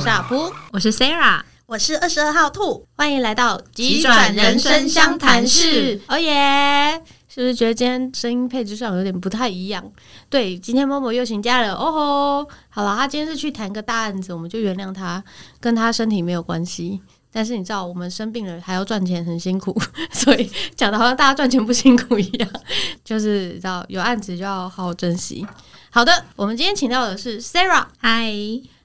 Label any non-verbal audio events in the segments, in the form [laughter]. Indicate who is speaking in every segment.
Speaker 1: 小夫，
Speaker 2: 我是 Sarah，
Speaker 1: 我是二十二
Speaker 3: 哦
Speaker 1: 号兔，欢迎来到
Speaker 2: 急转人生相谈室。Oh
Speaker 1: 哦耶！是不是觉得今天声音配置上有点不太一样？对，今天默默又请假了。哦吼，好了，他今天是去谈个大案子，我们就原谅他，跟他身体没有关系。但是你知道，我们生病了还要赚钱，很辛苦， [laughs] 所以讲的好像大家赚钱不辛苦一样。 [laughs] 就是你知道有案子就要好好珍惜。好的，我们今天请到的是 Sarah，
Speaker 2: 嗨，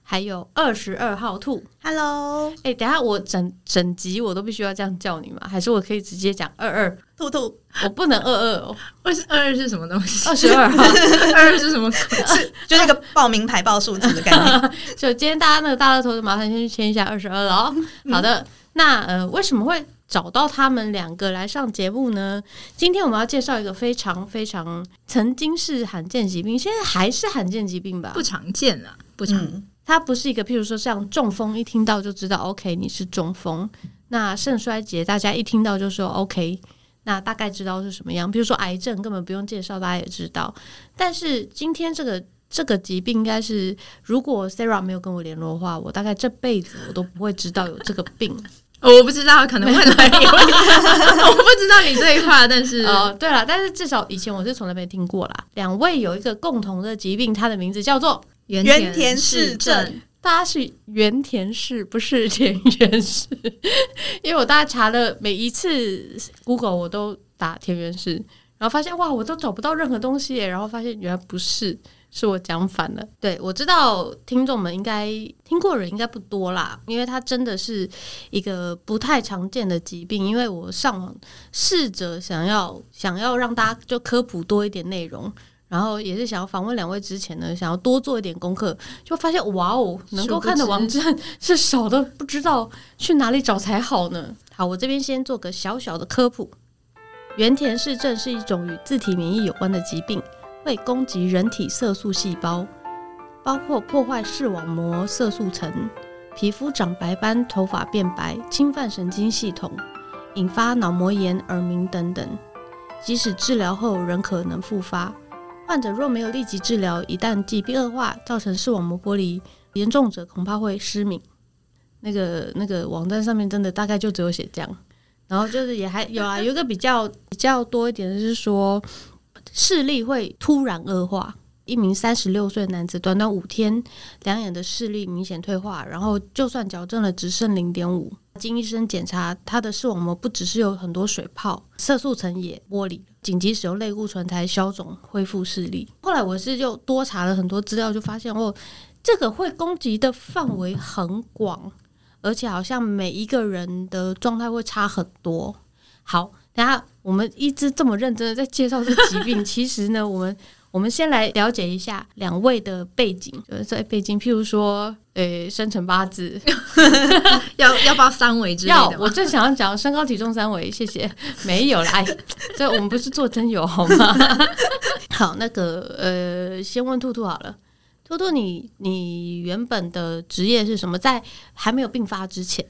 Speaker 1: 还有二十二号兔。
Speaker 3: Hello，
Speaker 1: 哎、等一下我整整集我都必须要这样叫你吗？还是我可以直接讲二二？
Speaker 3: 兔兔，
Speaker 1: 我不能二二哦，
Speaker 2: 二十二是什么东 [laughs] 西？
Speaker 1: 二十二号。
Speaker 2: 二是什么鬼？
Speaker 3: 就是一个
Speaker 1: 啊
Speaker 3: 报名牌报数字的概
Speaker 1: [laughs]
Speaker 3: 念。
Speaker 1: 就今天大家那个大乐透，就麻烦先去签一下二十二了哦。好的，那呃，为什么会找到他们两个来上节目呢？今天我们要介绍一个非常非常曾经是罕见疾病，现在还是罕见疾病吧
Speaker 2: 不？常见啊，不常见。
Speaker 3: 嗯，
Speaker 1: 它不是一个，譬如说像中风，一听到就知道 OK 你是中风。那肾衰竭，大家一听到就说 OK，那大概知道是什么样。比如说癌症，根本不用介绍，大家也知道。但是今天这个这个疾病，应该是如果 Sarah 没有跟我联络的话，我大概这辈子我都不会知道有这个病。
Speaker 2: 哦我不知道，可能未来 [laughs] 也会。我不知道你这一块，但是
Speaker 1: 哦，对了，但是至少以前我是从来没听过啦。两位有一个共同的疾病，它的名字叫做
Speaker 2: 原
Speaker 3: 原田氏症，
Speaker 1: 大家是原田氏，不是田园氏， [laughs] 因为我大家查了每一次 Google 我都打田园氏，然后发现哇，我都找不到任何东西耶，然后发现原来不是，是我讲反了。对我知道听众们应该听过的人应该不多啦，因为它真的是一个不太常见的疾病。因为我上网试着想要想要让大家就科普多一点内容。然后也是想要访问两位之前呢，想要多做一点功课，就发现哇哦，能够看的网站是少的，不知道去哪里找才好呢。 [laughs] 好，我这边先做个小小的科普。原田氏症是一种与自体免疫有关的疾病，会攻击人体色素细胞，包括破坏视网膜色素层、皮肤长白斑、头发变白，侵犯神经系统，引发脑膜炎、耳鸣等等。即使治疗后，仍可能复发。患者若没有立即治疗，一旦疾病恶化，造成视网膜剥离，严重者恐怕会失明。那个那个网站上面真的大概就只有写这样，然后就是也还有啊，有一个比较比较多一点的是说，视力会突然恶化。一名三十六岁男子，短短五天，两眼的视力明显退化，然后就算矫正了，只剩零点五。经医生检查，他的视网膜不只是有很多水泡，色素层也剥离了，紧急使用类固醇才消肿恢复视力。后来我是又多查了很多资料，就发现哦，这个会攻击的范围很广，而且好像每一个人的状态会差很多。好，等一下我们一直这么认真的在介绍这疾病，其实呢，我们。我们先来了解一下两位的背景，就是在背景，譬如说，呃、生辰八字，
Speaker 2: 要要报三维之类
Speaker 1: 要
Speaker 2: 的，
Speaker 1: 我
Speaker 2: 吗？
Speaker 1: 正想要讲身高体重三围，谢谢，没有啦，哎，这我们不是做真友好吗？好，那个呃，先问兔兔好了，兔兔你，你原本的职业是什么？在还没有病发之前，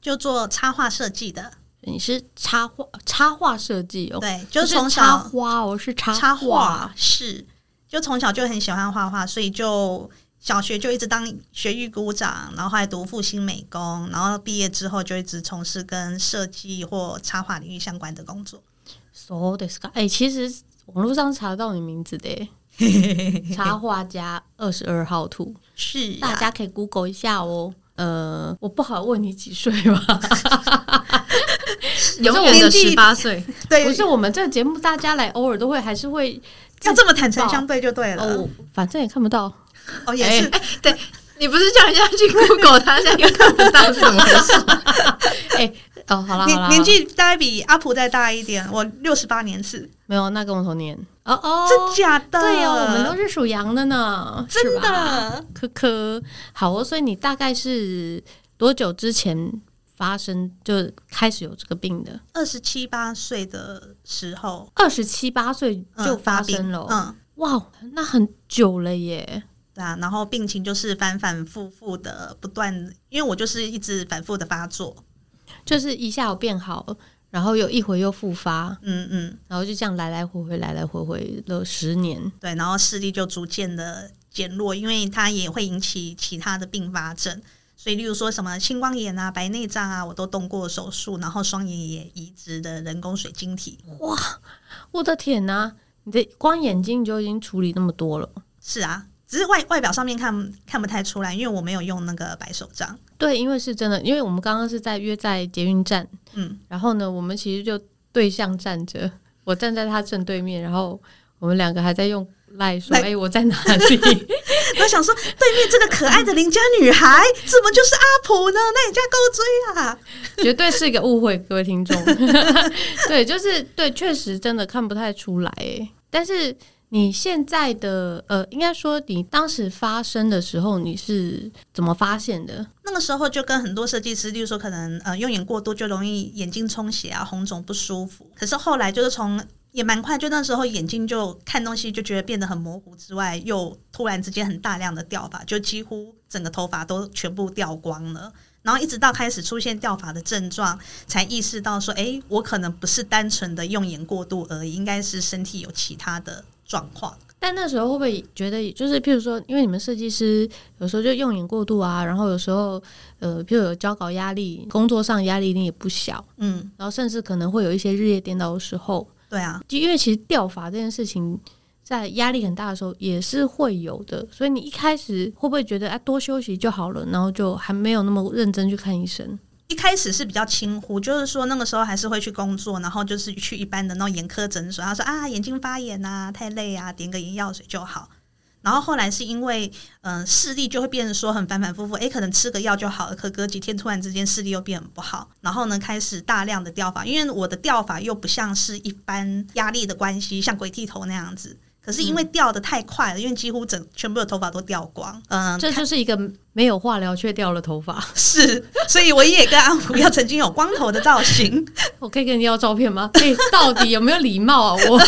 Speaker 3: 就做插画设计的，
Speaker 1: 你是插画插画设计哦，
Speaker 3: 对，
Speaker 1: 不
Speaker 3: 就是从
Speaker 1: 插
Speaker 3: 小
Speaker 1: 花哦，是插
Speaker 3: 插
Speaker 1: 画
Speaker 3: 画是，就从小就很喜欢画画，所以就小学就一直当学艺股长，然后还读复兴美工，然后毕业之后就一直从事跟设计或插画领域相关的工作。
Speaker 1: ，so this 哎、其实网络上查得到你名字的
Speaker 3: [laughs]
Speaker 1: 耶。插画家二十二号兔，
Speaker 3: 是、
Speaker 1: 大
Speaker 3: 啊，
Speaker 1: 家可以 Google 一下哦。呃，我不好问你几岁
Speaker 3: [laughs]
Speaker 1: 吧，
Speaker 2: 永远的
Speaker 3: 我年纪
Speaker 2: 十八 [laughs] 岁，
Speaker 3: 对，
Speaker 1: 不是我们这个节目，大家来偶尔都会还是会
Speaker 3: 要这么坦诚相对就对了。
Speaker 1: 哦，哎反正也看不到。
Speaker 3: 哦，也是，
Speaker 2: 你不是叫人家去 Google，他现在又看不到是怎么回事？
Speaker 1: 哦，好啦好啦，
Speaker 3: 年年纪大概比阿普再大一点，我六十八年次，
Speaker 1: 没有，那跟我同年。哦哦，
Speaker 3: 真假的？
Speaker 1: 对哦，我们都是属羊的呢，
Speaker 3: 真
Speaker 1: 是吧，
Speaker 3: 的。
Speaker 1: 科科。好哦，所以你大概是多久之前发生就开始有这个病的？
Speaker 3: 二十七八岁的时候
Speaker 1: 二十七八岁
Speaker 3: 嗯
Speaker 1: 就发
Speaker 3: 病
Speaker 1: 生了哦，
Speaker 3: 嗯，
Speaker 1: 哇，那很久了耶。
Speaker 3: 对啊，然后病情就是反反复复的不断，因为我就是一直反复的发作，
Speaker 1: 就是一下有变好，然后又一回又复发，
Speaker 3: 嗯嗯，
Speaker 1: 然后就这样来来回回，来来回回了十年。
Speaker 3: 对，然后视力就逐渐的减弱，因为它也会引起其他的并发症，所以，例如说什么青光眼啊、白内障啊，我都动过手术，然后双眼也移植的人工水晶体。
Speaker 1: 我的天呐、你的光眼睛就已经处理那么多了。
Speaker 3: 是啊，只是外外表上面看看不太出来，因为我没有用那个白手杖。
Speaker 1: 对，因为是真的，因为我们刚刚是在约在捷运站，
Speaker 3: 嗯，
Speaker 1: 然后呢，我们其实就对向站着，我站在他正对面，然后我们两个还在用赖说：“哎、
Speaker 3: 赖
Speaker 1: 我在哪里
Speaker 3: 我想说，对面这个可爱的邻家女孩，怎么就是阿婆呢？那人家够追啊！？”
Speaker 1: 绝对是一个误会，各位听众。对，就是对，确实真的看不太出来。哎，但是你现在的呃，应该说你当时发生的时候，你是怎么发现的？
Speaker 3: 那个时候就跟很多设计师，例如说可能呃用眼过度就容易眼睛充血啊、红肿不舒服。可是后来就是从也蛮快，就那时候眼睛就看东西就觉得变得很模糊之外，又突然之间很大量的掉发，就几乎整个头发都全部掉光了。然后一直到开始出现掉发的症状，才意识到说，诶，我可能不是单纯的用眼过度而已，应该是身体有其他的状况。
Speaker 1: 但那时候会不会觉得，就是譬如说，因为你们设计师有时候就用眼过度啊，然后有时候呃，譬如有交稿压力，工作上压力一定也不小，
Speaker 3: 嗯，
Speaker 1: 然后甚至可能会有一些日夜颠倒的时候，
Speaker 3: 对啊，
Speaker 1: 就因为其实掉发这件事情。在压力很大的时候也是会有的，所以你一开始会不会觉得啊多休息就好了，然后就还没有那么认真去看医生？
Speaker 3: 一开始是比较轻忽，就是说那个时候还是会去工作，然后就是去一般的那种眼科诊所，他说啊眼睛发炎啊，太累啊，点个眼药水就好。然后后来是因为，嗯、视力就会变成说很反反复复，诶，可能吃个药就好了，可隔几天突然之间视力又变很不好，然后呢开始大量的掉发，因为我的掉发又不像是一般压力的关系，像鬼剃头那样子，可是因为掉的太快了，因为几乎整全部的头发都掉光， [laughs] 嗯、
Speaker 1: 这就是一个没有化疗却掉了头发。 [laughs]
Speaker 3: 是，所以我也跟阿福要曾经有光头的造型，
Speaker 1: 我可以跟你要照片吗？哎、到底有没有礼貌啊？我 [laughs]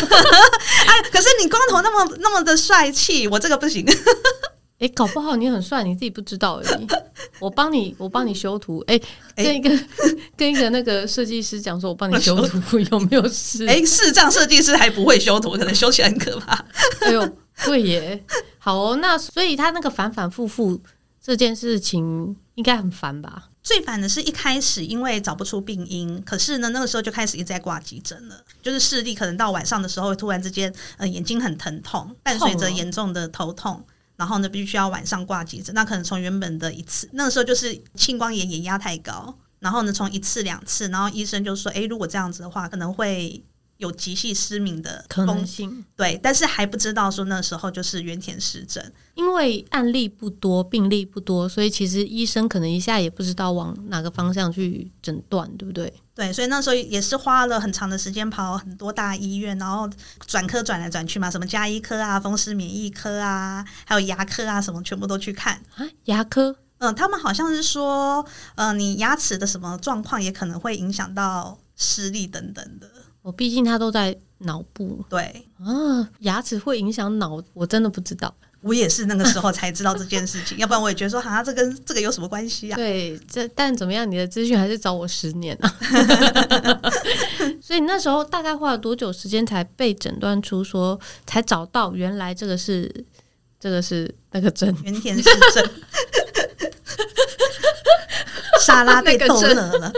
Speaker 3: 哎， [laughs] 可是你光头那么那么的帅气，我这个不行。
Speaker 1: 哎、搞不好你很帅，你自己不知道而已。我帮你，我帮你修图。哎、
Speaker 3: 诶
Speaker 1: 跟一个、 [laughs] 跟一个那个设计师讲说，我帮你修图， [laughs] 有没有事？
Speaker 3: 哎、视障设计师还不会修图，可能修起来很可怕。
Speaker 1: 哎呦，对耶。好哦，那所以他那个反反复复这件事情应该很烦吧？
Speaker 3: 最烦的是一开始因为找不出病因，可是呢，那个时候就开始一直在挂急诊了，就是视力可能到晚上的时候会突然之间，呃，眼睛很疼痛，伴随着严重的头痛。然后呢，必须要晚上挂急诊。那可能从原本的一次，那个时候就是青光眼眼压太高，然后呢，从一次两次，然后医生就说：“哎诶，如果这样子的话，可能会有急性失明的
Speaker 1: 可
Speaker 3: 风
Speaker 1: 能性，
Speaker 3: 对，但是还不知道说那时候就是原田失真，
Speaker 1: 因为案例不多，病例不多，所以其实医生可能一下也不知道往哪个方向去诊断，对不对？
Speaker 3: 对，所以那时候也是花了很长的时间跑很多大医院，然后转科转来转去嘛，什么加医科啊、风湿免疫科啊，还有牙科啊，什么全部都去看。
Speaker 1: 啊，牙科
Speaker 3: 嗯、他们好像是说，呃，你牙齿的什么状况也可能会影响到视力等等的。
Speaker 1: 我哦毕竟他都在脑部
Speaker 3: 对
Speaker 1: 啊，牙齿会影响脑，我真的不知道。
Speaker 3: 我也是那个时候才知道这件事情， [laughs] 要不然我也觉得说，哈，这跟这个有什么关系啊？
Speaker 1: 对，这但怎么样，你的资讯还是找我十年啊。 [laughs] 所以你那时候大概花了多久时间才被诊断出说，才找到原来这个是这个是那个针？
Speaker 3: 原田 [laughs] 是真，沙拉被
Speaker 2: 那个
Speaker 3: 逗
Speaker 2: 真
Speaker 3: 乐了。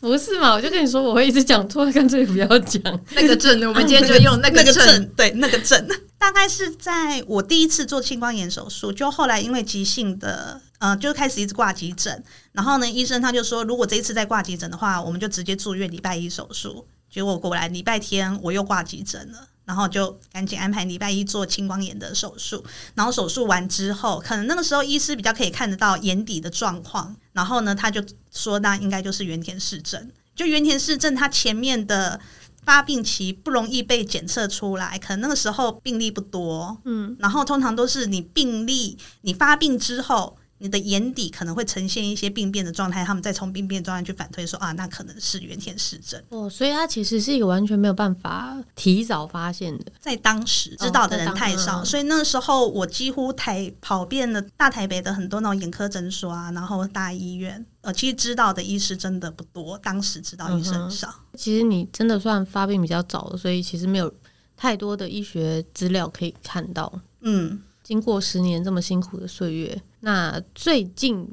Speaker 1: 不是嘛？我就跟你说，我会一直讲错，干脆不要讲。
Speaker 2: [laughs] 那个证，我们今天就用那
Speaker 3: 那
Speaker 2: 个
Speaker 3: 个
Speaker 2: 证。
Speaker 3: 症，对那个症， [laughs] 大概是在我第一次做青光眼手术，就后来因为急性的，呃，就开始一直挂急诊。然后呢，医生他就说，如果这一次再挂急诊的话，我们就直接住院礼拜一手术。结果果然礼拜天我又挂急诊了。然后就赶紧安排礼拜一做青光眼的手术，然后手术完之后，可能那个时候医师比较可以看得到眼底的状况，然后呢，他就说那应该就是原田氏症。就原田氏症，它前面的发病期不容易被检测出来，可能那个时候病例不多，嗯，然后通常都是你病例你发病之后，你的眼底可能会呈现一些病变的状态，他们再从病变状态去反推说啊，那可能是原田氏症。
Speaker 1: 哦，所以它其实是一个完全没有办法提早发现的。
Speaker 3: 在当时
Speaker 1: 哦
Speaker 3: 知道的人太
Speaker 1: 在当
Speaker 3: 少，
Speaker 1: 时
Speaker 3: 所以那时候我几乎台跑遍了大台北的很多那种眼科诊所啊，然后大医院，呃，其实知道的医师真的不多，当时知道医
Speaker 1: 嗯
Speaker 3: 生
Speaker 1: 哼
Speaker 3: 少。
Speaker 1: 其实你真的算发病比较早的，所以其实没有太多的医学资料可以看到。
Speaker 3: 嗯，
Speaker 1: 经过十年这么辛苦的岁月，那最近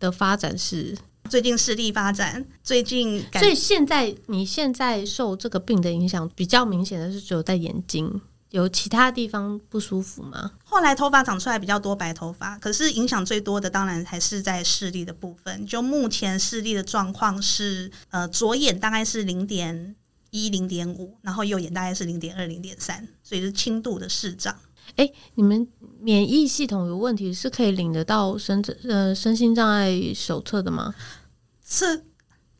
Speaker 1: 的发展是，
Speaker 3: 最近视力发展，最近感
Speaker 1: 所以现在你现在受这个病的影响比较明显的是只有在眼睛，有其他地方不舒服吗？
Speaker 3: 后来头发长出来比较多白头发，可是影响最多的当然还是在视力的部分。就目前视力的状况是，呃，左眼大概是零点一、零点五，然后右眼大概是零点二、零点三，所以是轻度的视障。
Speaker 1: 你们免疫系统有问题是可以领得到身呃身心障碍手册的吗？
Speaker 3: 这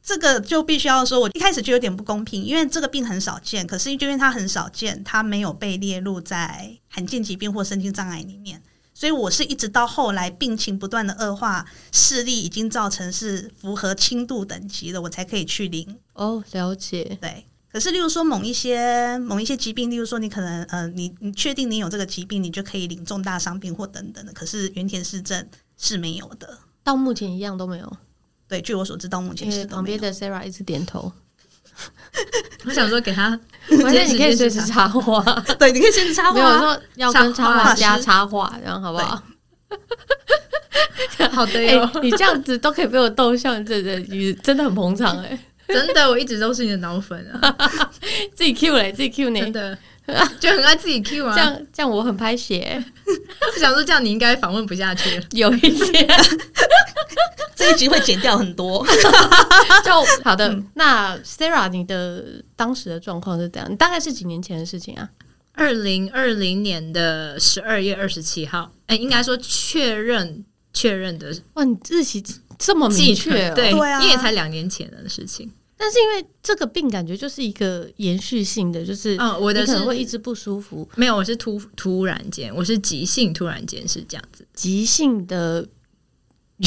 Speaker 3: 这个就必须要说，我一开始就有点不公平，因为这个病很少见，可是因为它很少见，它没有被列入在罕见疾病或神经障碍里面。所以我是一直到后来病情不断的恶化，视力已经造成是符合轻度等级的，我才可以去领。
Speaker 1: 哦，了解。
Speaker 3: 对。可是，例如说某一些某一些疾病，例如说你可能呃，你你确定你有这个疾病，你就可以领重大伤病或等等的。可是原田市政是没有的。
Speaker 1: 到目前一样都没有，
Speaker 3: 对，据我所知，到目前
Speaker 1: 因为
Speaker 3: 是都
Speaker 1: 旁
Speaker 3: 没
Speaker 1: 边
Speaker 3: 有。
Speaker 1: 的 Sarah 一直点
Speaker 3: [laughs]
Speaker 1: 头，
Speaker 2: 我想说给他，
Speaker 1: 而且你可以随时
Speaker 2: 直接去
Speaker 1: 插话，
Speaker 3: 对，你可以先插
Speaker 1: 没
Speaker 3: 话
Speaker 1: 有
Speaker 3: 啊。
Speaker 1: 说要跟
Speaker 2: 插
Speaker 1: 插
Speaker 2: 话
Speaker 1: 画
Speaker 3: 师
Speaker 1: 家插话，这样好不好？
Speaker 2: 查好的
Speaker 1: 哎、
Speaker 2: 哟、
Speaker 1: 你这样子都可以被我逗笑，这这你真的很捧场哎、
Speaker 2: 真的，我一直都是你的脑粉 [laughs] 啊，
Speaker 1: [laughs] 自己 Q 嘞，自己 Q 你，
Speaker 2: 真的就很爱自己 Q 啊。
Speaker 1: 这样这样我很拍写、
Speaker 2: 我想说，这样你应该访问不下去了。
Speaker 1: 有一点
Speaker 3: 这一集会剪掉很多。
Speaker 1: 就好的。那 Sarah，你的当时的状况是怎样？你大概是几年前的事情啊？
Speaker 2: 二零二零年的十二月二十七号，哎、应该说确认确认的
Speaker 1: 哇，你日期这么
Speaker 2: 记
Speaker 1: 明确、
Speaker 2: 确
Speaker 1: 哦，
Speaker 2: 对，
Speaker 3: 对啊
Speaker 2: 因为才两年前的事情。
Speaker 1: 但是因为这个病感觉就是一个延续性啊的，就是
Speaker 2: 嗯、我
Speaker 1: 你
Speaker 2: 的
Speaker 1: 可
Speaker 2: 是
Speaker 1: 能会一直不舒服，
Speaker 2: 没有，我是突突然间，我是急性突然间是这样子，
Speaker 1: 急性的 [laughs]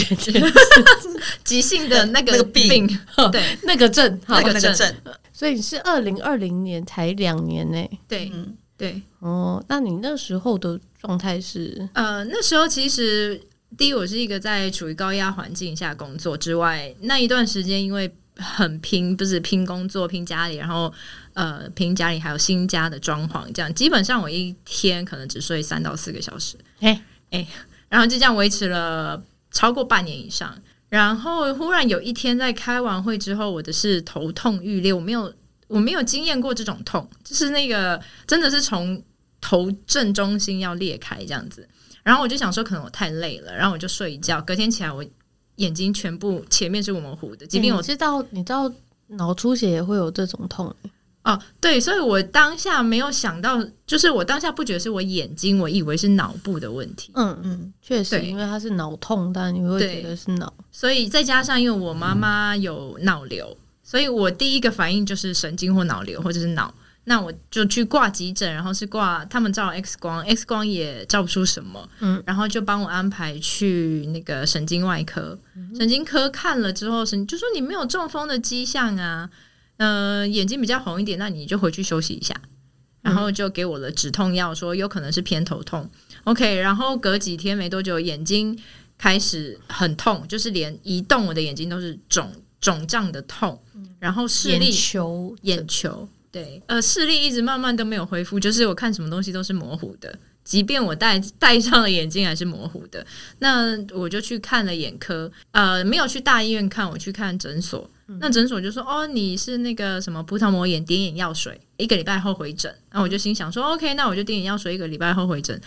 Speaker 2: 急性的那个
Speaker 3: 那个病
Speaker 2: 对
Speaker 1: [laughs] 那个症，好
Speaker 3: 那
Speaker 2: 那，个
Speaker 3: 个那个
Speaker 2: 症
Speaker 3: 症，
Speaker 1: 所以你是二零二零年才两年呢、
Speaker 2: 对
Speaker 3: 嗯，
Speaker 2: 对，
Speaker 1: 哦，那你那时候的状态是
Speaker 2: 呃，那时候其实第一，我是一个在处于高压环境下工作之外，那一段时间因为很拼，不是拼工作、拼家里，然后呃拼家里还有新家的装潢，这样基本上我一天可能只睡三到四个小时，哎
Speaker 1: 嘿
Speaker 2: 然后就这样维持了超过半年以上。然后忽然有一天在开完会之后，我的是头痛欲裂，我没有我没有经验过这种痛，就是那个真的是从头正中心要裂开这样子。然后我就想说，可能我太累了，然后我就睡一觉。隔天起来，我眼睛全部前面是模糊的，即便
Speaker 1: 欸
Speaker 2: 我
Speaker 1: 你知道，你知道脑出血也会有这种痛，
Speaker 2: 哦，对，所以我当下没有想到，就是我当下不觉得是我眼睛，我以为是脑部的问题。
Speaker 1: 嗯，
Speaker 3: 嗯，
Speaker 1: 确实，
Speaker 2: 对
Speaker 1: 因为它是脑痛，但你会觉
Speaker 2: 对
Speaker 1: 得是脑，
Speaker 2: 所以再加上因为我妈妈有脑瘤，所以我第一个反应就是神经或脑瘤或者是脑。那我就去挂急诊，然后是挂他们照了 X 光，X 光也照不出什么，
Speaker 1: 嗯，
Speaker 2: 然后就帮我安排去那个神经外科，
Speaker 1: 嗯
Speaker 2: 神经科看了之后，神就说你没有中风的迹象啊，呃，眼睛比较红一点，那你就回去休息一下，
Speaker 1: 嗯
Speaker 2: 然后就给我了止痛药，说有可能是偏头痛，OK，然后隔几天没多久，眼睛开始很痛，就是连移动我的眼睛都是肿肿胀的痛，然后视
Speaker 1: 嗯
Speaker 2: 力
Speaker 1: 眼球
Speaker 2: 眼球，对，呃，视力一直慢慢都没有恢复，就是我看什么东西都是模糊的，即便我戴戴上了眼镜还是模糊的。那我就去看了眼科，呃，没有去大医院看，我去看诊所。那诊所就说：“哦，你是那个什么葡萄膜炎点眼药水，一个礼拜后回诊。”那我就心想说：“OK，那我就点眼药水，一个礼拜后回诊。”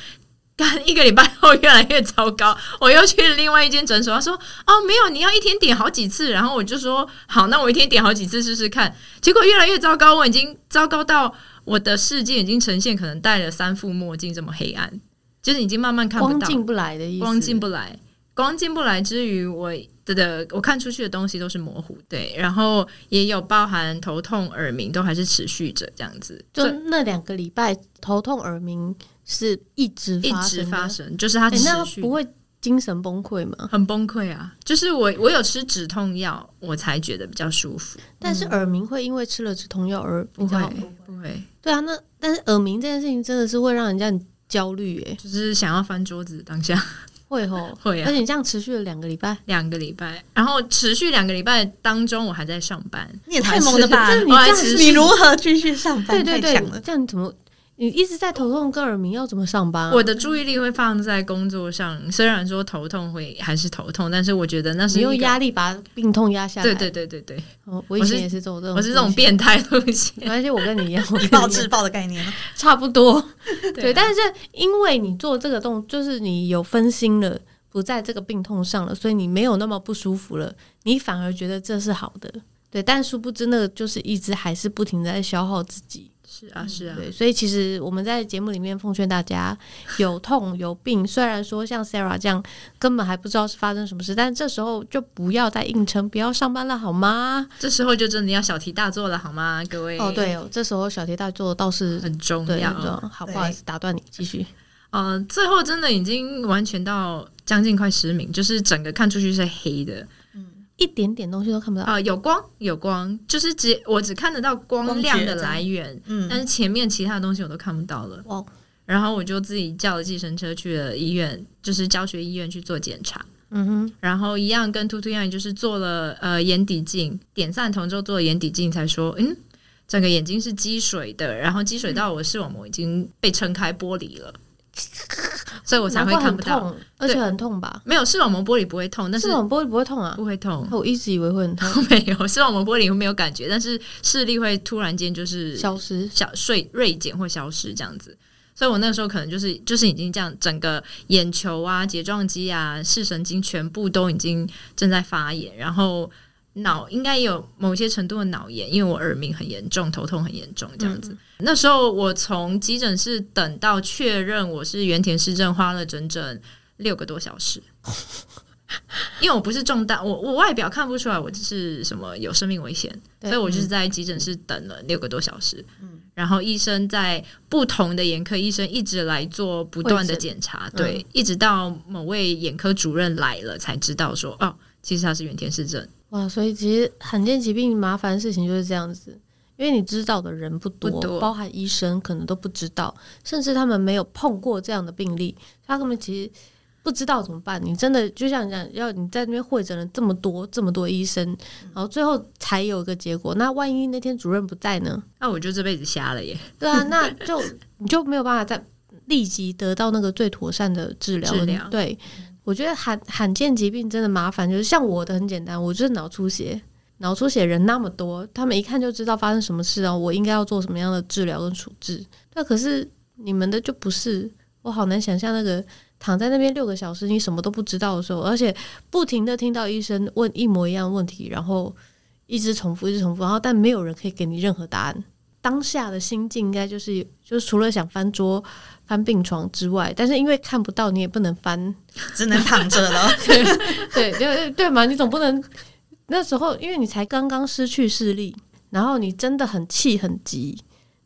Speaker 2: 干一个礼拜后越来越糟糕，我又去另外一间诊所，他说：“哦，没有，你要一天点好几次。”然后我就说：“好，那我一天点好几次试试看。”结果越来越糟糕，我已经糟糕到我的世界已经呈现可能戴了三副墨镜这么黑暗，就是已经慢慢看不
Speaker 1: 光
Speaker 2: 到，
Speaker 1: 进不来的意思，
Speaker 2: 光进不来，光进不来之余，我的的我看出去的东西都是模糊，对，然后也有包含头痛、耳鸣都还是持续着这样子，
Speaker 1: 就那两个礼拜头痛耳鸣是一直
Speaker 2: 一直
Speaker 1: 生的
Speaker 2: 发，生，就是它
Speaker 1: 欸
Speaker 2: 持
Speaker 1: 那
Speaker 2: 续
Speaker 1: 不会精神崩溃吗？
Speaker 2: 很崩溃啊！就是我我有吃止痛药，我才觉得比较舒服，
Speaker 1: 但是耳鸣会因为吃了止痛药而比
Speaker 2: 嗯不
Speaker 1: 较
Speaker 2: 会不会，
Speaker 1: 对啊，那但是耳鸣这件事情真的是会让人家很焦虑诶、
Speaker 2: 就是想要翻桌子
Speaker 1: [laughs]
Speaker 2: 当下
Speaker 1: 会吼，
Speaker 2: 会啊
Speaker 1: 而且你这样持续了两个礼拜，
Speaker 2: 两个礼拜，然后持续两个礼拜当中，我还在上班，
Speaker 3: 你也太猛了吧！
Speaker 1: 这你
Speaker 2: 我还
Speaker 1: 这样
Speaker 2: 持
Speaker 1: 是
Speaker 2: 续
Speaker 3: 啊你如何继续上班？
Speaker 1: 对对
Speaker 3: 太强了
Speaker 1: 对，这样怎么？你一直在头痛戈尔明，要怎么上班、啊？
Speaker 2: 我的注意力会放在工作上，虽然说头痛会还是头痛，但是我觉得那是
Speaker 1: 你
Speaker 2: 一个
Speaker 1: 用压力把病痛压下来。
Speaker 2: 对对对对对，
Speaker 1: 哦，我以
Speaker 2: 我是
Speaker 1: 前也是这种这种，
Speaker 2: 我是这种，变态路线。
Speaker 1: 没关系，我跟你一
Speaker 2: [laughs]
Speaker 1: 样，我
Speaker 3: 以
Speaker 1: 跟
Speaker 3: 暴
Speaker 1: 你一
Speaker 3: 制
Speaker 1: 样
Speaker 3: 暴的概念。
Speaker 1: 差不多。对，
Speaker 2: 啊
Speaker 1: 但是因为你做这个动，就是你有分心了，不在这个病痛上了，所以你没有那么不舒服了，你反而觉得这是好的。对，但殊不知那个就是一直还是不停地在消耗自己。
Speaker 2: 是啊是啊，
Speaker 1: 嗯对，所以其实我们在节目里面奉劝大家，有痛有病，虽然说像 Sarah 这样根本还不知道是发生什么事，但这时候就不要再硬撑，不要上班了好吗？
Speaker 2: 这时候就真的要小题大做了，好吗，各位？
Speaker 1: 哦，对哦，这时候小题大做倒是
Speaker 2: 很重
Speaker 1: 对，
Speaker 2: 要。
Speaker 1: 对好不好意思打断你，继续。
Speaker 2: 呃，最后真的已经完全到将近快失明，就是整个看出去是黑的。
Speaker 1: 一点点东西都看不到，
Speaker 2: 啊、有光有光，就是只我只看得到光
Speaker 3: 光
Speaker 2: 亮
Speaker 3: 觉
Speaker 2: 的
Speaker 3: 这样
Speaker 2: 来源，但
Speaker 3: 嗯，
Speaker 2: 是前面其他的东西我都看不到了。
Speaker 1: 哇
Speaker 2: 然后我就自己叫了计程车去了医院，就是教学医院去做检查。
Speaker 1: 嗯哼。
Speaker 2: 然后一样跟兔兔一样，就是做了呃眼底镜，点散瞳之后做了眼底镜，才说嗯，整个眼睛是积水的，然后积水到我视网膜已经被撑开剥离了，所以我才
Speaker 1: 难
Speaker 2: 会
Speaker 1: 怪
Speaker 2: 看
Speaker 1: 很
Speaker 2: 不到。
Speaker 1: 痛，而且很痛吧？
Speaker 2: 没有视网膜剥离不会痛，但
Speaker 1: 但
Speaker 2: 是
Speaker 1: 是我不会不会痛啊？
Speaker 2: 不会痛， [laughs]
Speaker 1: 我一直以为会很痛，
Speaker 2: 没有视网膜剥离没有感觉，但是视力会突然间就是
Speaker 1: 消失。
Speaker 2: 小睡锐减或消失这样子。所以我那时候可能就是就是已经这样，整个眼球啊、睫状肌啊、视神经全部都已经正在发炎，然后脑应该也有某些程度的脑炎，因为我耳鸣很严重，头痛很严重这样子。那时候我从急诊室等到确认我是原田市症，花了整整六个多
Speaker 1: [laughs]
Speaker 2: 小时。因为我不是重大，我我外表看不出来我就是什么有生命危险，
Speaker 1: 对嗯
Speaker 2: 所以我就是在急诊室等了六个多小时。然后医生在不同的眼科医生一直来做不断的检查，
Speaker 1: 诊嗯
Speaker 2: 对，一直到某位眼科主任来了才知道说，哦，其实他是原田氏症，
Speaker 1: 哇，所以其实罕见疾病麻烦的事情就是这样子，因为你知道的人不多，
Speaker 2: 不多
Speaker 1: 包含医生可能都不知道，甚至他们没有碰过这样的病例，他根本其实不知道怎么办。你真的就像你讲，要你在那边会诊了这么多这么多医生，然后最后才有一个结果。那万一那天主任不在呢？
Speaker 2: 那、啊我就这辈子瞎了耶，
Speaker 1: [laughs] 对啊，那就你就没有办法在立即得到那个最妥善的治疗。
Speaker 2: 治疗嗯
Speaker 1: 对，我觉得罕罕见疾病真的麻烦，就是像我的很简单，我就是脑出血。脑出血人那么多，他们一看就知道发生什么事啊，我应该要做什么样的治疗跟处置。那可是你们的就不是，我好难想象那个躺在那边六个小时，你什么都不知道的时候，而且不停的听到医生问一模一样的问题，然后一直重复，一直重复，然后但没有人可以给你任何答案。当下的心境应该就是，就是除了想翻桌、翻病床之外，但是因为看不到，你也不能翻，
Speaker 3: 只能躺着了。
Speaker 1: [laughs]
Speaker 3: [laughs]
Speaker 1: 对对对嘛，你总不能 [laughs] 那时候，因为你才刚刚失去视力，然后你真的很气很急，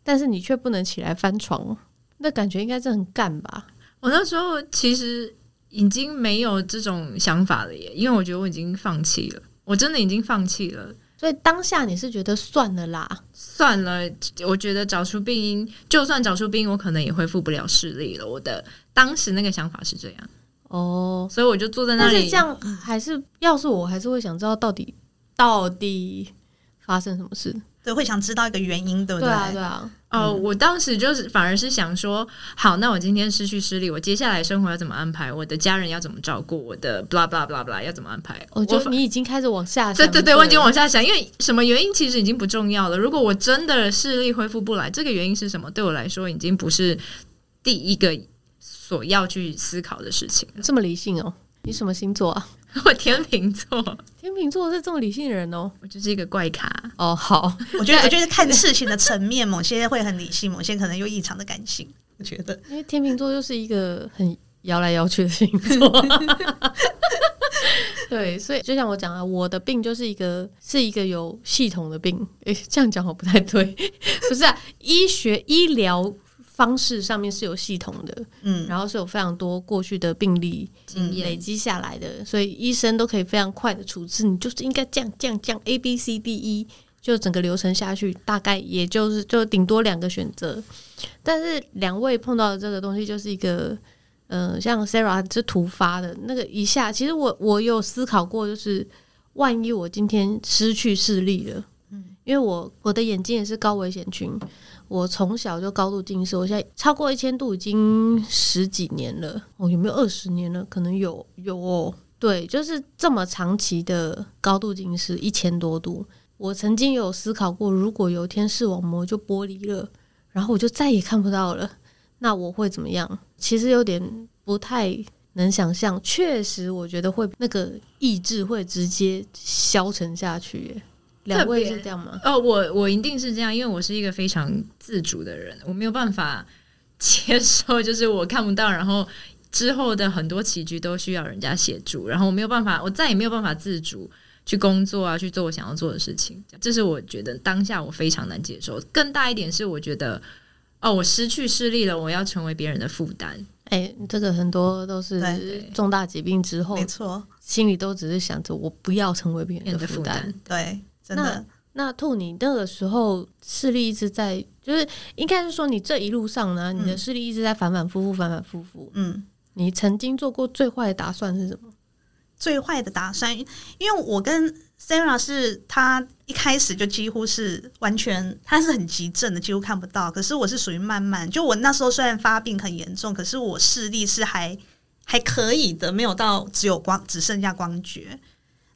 Speaker 1: 但是你却不能起来翻床，那感觉应该是很干吧？
Speaker 2: 我那时候其实已经没有这种想法了耶，因为我觉得我已经放弃了，我真的已经放弃了。
Speaker 1: 所以当下你是觉得算了啦，
Speaker 2: 算了，我觉得找出病因，就算找出病因，我可能也恢复不了视力了。我的当时那个想法是这样，
Speaker 1: 哦，
Speaker 2: 所以我就坐在那
Speaker 1: 但
Speaker 2: 里。
Speaker 1: 是这样还是，要是我还是会想知道到底到底发生什么事，
Speaker 3: 对，会想知道一个原因，对不
Speaker 1: 对啊对啊，
Speaker 2: 哦，我当时就是反而是想说，好，那我今天失去视力，我接下来生活要怎么安排？我的家人要怎么照顾？我的 blah blah blah blah 要怎么安排？
Speaker 1: 我觉
Speaker 2: 反
Speaker 1: 得你已经开始往下
Speaker 2: 对
Speaker 1: 想，
Speaker 2: 对对，我已经往下想，因为什么原因其实已经不重要了。如果我真的视力恢复不来，这个原因是什么，对我来说已经不是第一个所要去思考的事情了。 [laughs]
Speaker 1: 这么理性哦。你什么星座啊？
Speaker 2: 我天秤座，
Speaker 1: 天秤座是这么理性的人哦。
Speaker 2: 我就是一个怪咖。
Speaker 1: 哦，好，
Speaker 3: 我觉得，我觉得看事情的层面，某些会很理性，某些可能又异常的感性。我觉得
Speaker 1: 因为天秤座就是一个很摇来摇去的星座。 [laughs] 对，所以就像我讲啊，我的病就是一个是一个有系统的病。诶，这样讲好像不太对， [laughs] 不是啊？医学医疗方式上面是有系统的，
Speaker 3: 嗯，
Speaker 1: 然后是有非常多过去的病例
Speaker 2: 经验
Speaker 1: 累积下来的，所以医生都可以非常快的处置。你就是应该这样这样这样，A B C D E，就整个流程下去，大概也就是就顶多两个选择。但是两位碰到的这个东西就是一个，呃，像 Sarah 是突发的那个一下，其实我我有思考过，就是万一我今天失去视力了，嗯，因因为我我的眼睛也是高危险群，我从小就高度近视，我现在超过一千度已经十几年了，哦，有没有二十年了？可能有有哦，对，就是这么长期的高度近视，一千多度。我曾经有思考过，如果有一天视网膜就剥离了，然后我就再也看不到了，那我会怎么样？其实有点不太能想象。确实，我觉得会那个意志会直接消沉下去耶。两位
Speaker 2: 特别
Speaker 1: 是这样吗？
Speaker 2: 哦，我我一定是这样，因为我是一个非常自主的人，我没有办法 [laughs] 接受，就是我看不到，然后之后的很多棋局都需要人家协助，然后我没有办法，我再也没有办法自主去工作啊，去做我想要做的事情。这是我觉得当下我非常难接受。更大一点是，我觉得哦，我失去视力了，我要成为别人的负担。
Speaker 1: 哎、这个很多都
Speaker 3: 嗯对
Speaker 1: 是
Speaker 2: 对
Speaker 1: 重大疾病之后
Speaker 3: 没，错，
Speaker 1: 心里都只是想着我不要成为别人
Speaker 2: 别人
Speaker 1: 的
Speaker 2: 的
Speaker 1: 负
Speaker 2: 负
Speaker 1: 担。
Speaker 2: 担，
Speaker 3: 对，真
Speaker 1: 那
Speaker 3: 的
Speaker 1: 那兔，你那个时候视力一直在，就是应该是说你这一路上呢，你的视力一直在反反复复，反反复复。
Speaker 3: 嗯。
Speaker 1: 你曾经做过最坏的打算是什么？
Speaker 3: 最坏的打算，因为我跟 Sarah 是她一开始就几乎是完全，她是很急症的，几乎看不到。可是我是属于慢慢，就我那时候虽然发病很严重，可是我视力是还还可以的，没有到只有光只剩下光觉。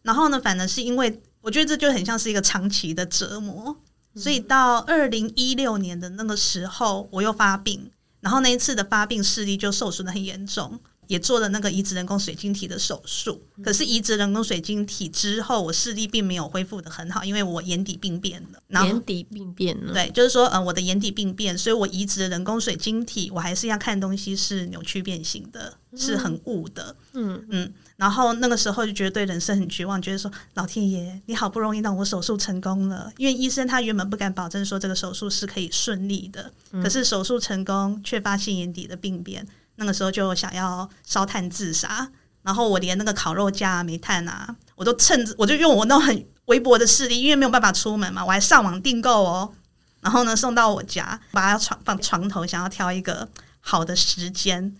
Speaker 3: 然后呢，反而是因为我觉得这就很像是一个长期的折磨，所以到二零一六年的那个时候，我又发病，然后那一次的发病视力就受损的很严重。也做了那个移植人工水晶体的手术，可是移植人工水晶体之后，我视力并没有恢复的很好，因为我眼底病变了。然后
Speaker 1: 眼底病变呢？
Speaker 3: 对，就是说，呃，我的眼底病变，所以我移植的人工水晶体，我还是要看东西是扭曲变形的，是很雾的。
Speaker 1: 嗯，
Speaker 3: 嗯，然后那个时候就觉得对人生很绝望，觉得说老天爷，你好不容易让我手术成功了，因为医生他原本不敢保证说这个手术是可以顺利的，
Speaker 1: 嗯
Speaker 3: 可是手术成功却发现眼底的病变，那个时候就想要烧炭自杀，然后我连那个烤肉架啊、煤炭啊，我都趁着我就用我那种很微薄的视力，因为没有办法出门嘛，我还上网订购哦，然后呢送到我家，把它床放床头，想要挑一个好的时间，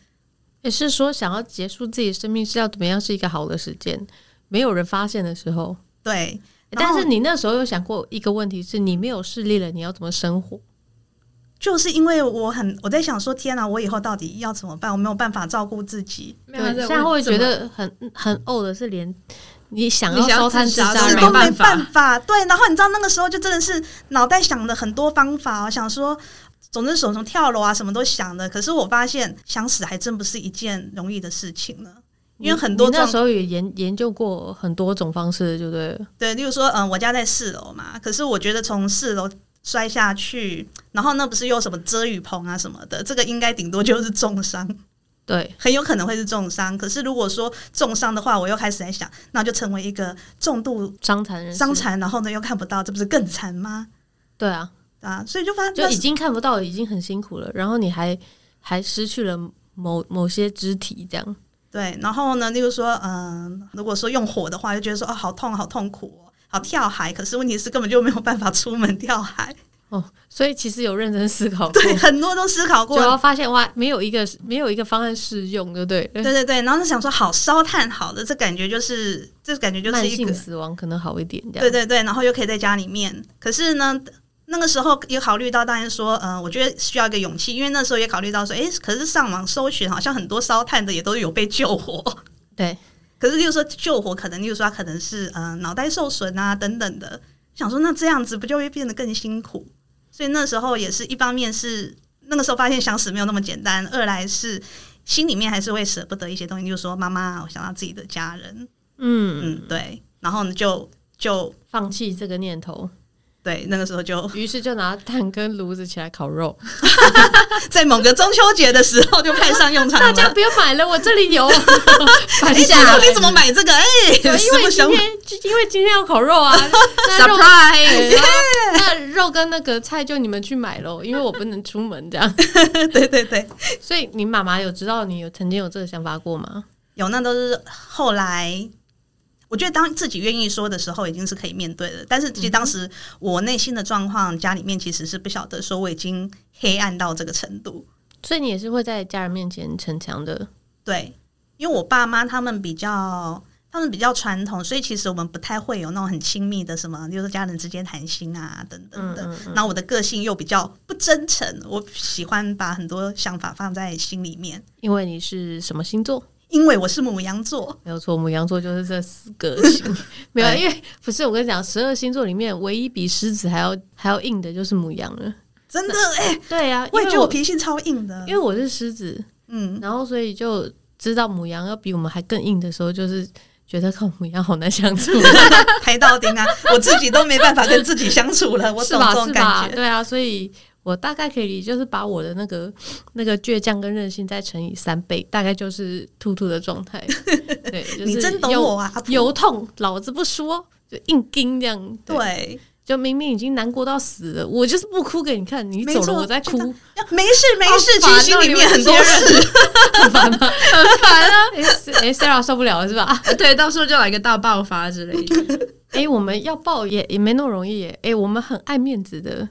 Speaker 1: 也是说想要结束自己生命是要怎么样是一个好的时间，没有人发现的时候。
Speaker 3: 对，然
Speaker 1: 但
Speaker 3: 后
Speaker 1: 是你那时候有想过一个问题是，你没有视力了，你要怎么生活？
Speaker 3: 就是因为我很我在想说，天啊，我以后到底要怎么办？我没有办法照顾自己，
Speaker 2: 没有
Speaker 1: 对，
Speaker 2: 他在
Speaker 1: 现在
Speaker 2: 问
Speaker 1: 会
Speaker 2: 怎么
Speaker 1: 觉得很很呕的是连你想
Speaker 2: 你
Speaker 1: 要
Speaker 2: 想要
Speaker 1: 烧炭
Speaker 2: 自
Speaker 1: 自
Speaker 2: 杀
Speaker 1: 杀
Speaker 2: 都
Speaker 3: 是
Speaker 1: 人
Speaker 3: 都
Speaker 2: 没办
Speaker 3: 没
Speaker 2: 法
Speaker 3: 办法。对，然后你知道那个时候就真的是脑袋想了很多方法，啊想说。总之，手从跳楼啊，什么都想的。可是我发现，想死还真不是一件容易的事情呢。因为很多
Speaker 1: 你那
Speaker 3: 状
Speaker 1: 时候也研研究过很多种方式，对不对？
Speaker 3: 对，例如说，嗯，我家在四楼嘛，可是我觉得从四楼摔下去，然后那不是有什么遮雨棚啊什么的，这个应该顶多就是重伤。
Speaker 1: 对，
Speaker 3: 很有可能会是重伤。可是如果说重伤的话，我又开始在想，那就成为一个重度
Speaker 1: 伤残人士
Speaker 3: 伤，残，然后呢又看不到，这不是更惨吗？
Speaker 1: 对啊，
Speaker 3: 啊，所以就发现
Speaker 1: 就已经看不到，已经很辛苦了，然后你还还失去了某某些肢体，这样
Speaker 3: 对，然后呢，例如说，嗯，如果说用火的话，就觉得说，哦，好痛，好痛苦、哦，好跳海。可是问题是根本就没有办法出门跳海。 [laughs]
Speaker 1: 哦，所以其实有认真思考过，
Speaker 3: 对， [laughs] 很多都思考
Speaker 1: 就要
Speaker 3: 过。
Speaker 1: 发现哇，没有一个没有一个方案适用，对不对？
Speaker 3: 对对对，然后就想说，好烧炭好了，这感觉就是，这感觉就是
Speaker 1: 慢
Speaker 3: 一个
Speaker 1: 性死亡可能好一点，这样
Speaker 3: 对对对，然后又可以在家里面。可是呢，那个时候也考虑到，当然说，呃，我觉得需要一个勇气，因为那时候也考虑到说，诶，可是上网搜寻，好像很多烧炭的也都有被救活。
Speaker 1: 对
Speaker 3: [laughs] 可是，例如说救火，可能例如说他可能是呃脑袋受损啊等等的，想说那这样子不就会变得更辛苦？所以那时候也是一方面是那个时候发现想死没有那么简单，二来是心里面还是会舍不得一些东西，例如说妈妈，我想到自己的家人，
Speaker 1: 嗯，
Speaker 3: 嗯，对，然后呢就就
Speaker 1: 放弃这个念头，
Speaker 3: 对，那个时候就 [laughs]
Speaker 1: 于是就拿炭跟炉子起来烤肉，
Speaker 3: 在某个中秋节的时候就派上用场
Speaker 1: 大家
Speaker 3: 了。
Speaker 1: 不要买了，我这里
Speaker 3: [laughs]
Speaker 1: 有，反
Speaker 3: 哎，
Speaker 1: 下来
Speaker 3: 你怎么买这个？哎、
Speaker 1: 对因
Speaker 3: 实
Speaker 1: 为
Speaker 3: 不
Speaker 1: 今
Speaker 3: 相
Speaker 1: 天因为今天要烤肉
Speaker 3: [laughs]
Speaker 1: 啊，那肉对
Speaker 2: [laughs]
Speaker 1: [laughs]
Speaker 2: surprise，
Speaker 1: 然后那肉跟那个菜就你们去买喽，因为我不能出门这
Speaker 3: [laughs]
Speaker 1: 样。
Speaker 3: 瞒。对对对，
Speaker 1: 所以你妈妈有知道你有曾经有这个想法过吗？
Speaker 3: 有那都是后来，我觉得当自己愿意说的时候，已经是可以面对的。但是其实当时我内心的状况，家里面其实是不晓得说我已经黑暗到这个程度。
Speaker 1: 所以你也是会在家人面前逞强的，
Speaker 3: 对，因为我爸妈他们比较。他们比较传统，所以其实我们不太会有那种很亲密的什么，比如说家人之间谈心啊等等
Speaker 1: 嗯
Speaker 3: 的。然后我的个性又比较不真诚，我喜欢把很多想法放在心里面，
Speaker 1: 因为你是什么星座？
Speaker 3: 因为我是母羊座，
Speaker 1: 没有错，母羊座就是这四个
Speaker 3: [laughs]
Speaker 1: 星，没
Speaker 3: 哎
Speaker 1: 有，啊因为不是我跟你讲，十二星座里面唯一比狮子还要还要硬的就是母羊了。
Speaker 3: 真的哎、
Speaker 1: 对呀、啊，
Speaker 3: 我也
Speaker 1: 因为
Speaker 3: 觉得我
Speaker 1: 我
Speaker 3: 脾性超硬的
Speaker 1: 因。为我是狮子，
Speaker 3: 嗯， [laughs]
Speaker 1: 然后所以就知道母羊要比我们还更硬的时候，就是觉得靠母羊好难相处，
Speaker 3: 拍到钉啊，我自己都没办法跟自己相处了， [laughs] 我
Speaker 1: 是
Speaker 3: 懂
Speaker 1: 吧
Speaker 3: 这？种
Speaker 1: 是吧？
Speaker 3: 感觉。
Speaker 1: 对啊，所以我大概可以就是把我的那个那个倔强跟任性再乘以三倍，大概就是兔兔的状
Speaker 3: [laughs]
Speaker 1: 态。对，就是、
Speaker 3: 你真懂我啊，阿普
Speaker 1: 有痛老子不说，就硬盯这样。对，
Speaker 3: 对，
Speaker 1: 就明明已经难过到死了，我就是不哭给你看，你
Speaker 3: 没
Speaker 1: 走
Speaker 3: 错
Speaker 1: 了我在
Speaker 3: 就
Speaker 1: 哭，
Speaker 3: 没事没事，
Speaker 1: 好烦
Speaker 3: 其实
Speaker 1: 哦
Speaker 3: 心里面很多事。
Speaker 1: 很烦 [laughs] 吗？很烦啊！哎、诶 s a r a h 受不了了是吧？
Speaker 2: 呃对，到时候就来个大爆发之类的。
Speaker 1: 哎、我们要抱也也没那么容易耶。哎、我们很爱面子的。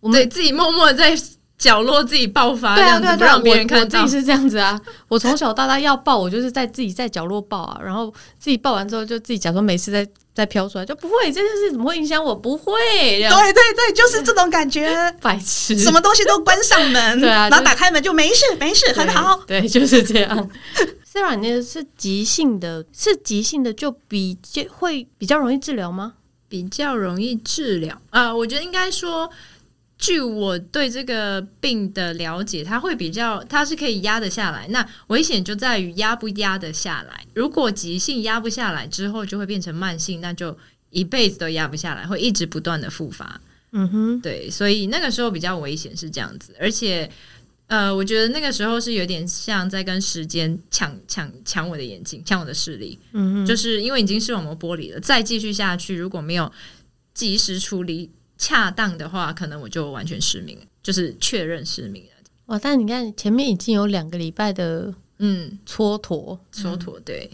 Speaker 1: 我们
Speaker 2: 对自己默默在角落自己爆发，这
Speaker 1: 对啊，
Speaker 2: 样
Speaker 1: 对啊，
Speaker 2: 子不
Speaker 1: 对啊，
Speaker 2: 让别
Speaker 1: 我
Speaker 2: 人看到
Speaker 1: 我自。己是这样子啊。我从小到大要抱，我就是在自己在角落抱啊，然后自己抱完之后就自己假装没事再再飘出来，就不会这件事怎么会影响我？不会，这样
Speaker 3: 对对对，就是这种感觉，
Speaker 1: 白痴，
Speaker 3: [laughs] 什么东西都关上门，
Speaker 1: [laughs] 对啊
Speaker 3: 然
Speaker 1: 就
Speaker 3: 后
Speaker 1: 是
Speaker 3: 打开门就没事没事，很好。
Speaker 1: 对，对就是这样。虽然你是急性的，是急性的就比较会比较容易治疗吗？
Speaker 2: 比较容易治疗啊、呃我觉得应该说，据我对这个病的了解，它会比较，它是可以压得下来。那危险就在于压不压得下来。如果急性压不下来之后，就会变成慢性，那就一辈子都压不下来，会一直不断的复发。
Speaker 1: 嗯哼，
Speaker 2: 对，所以那个时候比较危险是这样子，而且。呃，我觉得那个时候是有点像在跟时间抢抢抢我的眼睛，抢我的视力。
Speaker 1: 嗯哼，
Speaker 2: 就是因为已经视网膜剥离了，再继续下去，如果没有及时处理恰当的话，可能我就完全失明了，就是确认失明了。
Speaker 1: 哇！但你看前面已经有两个礼拜的
Speaker 2: 嗯，
Speaker 1: 蹉跎，
Speaker 2: 蹉
Speaker 1: 嗯
Speaker 2: 跎对，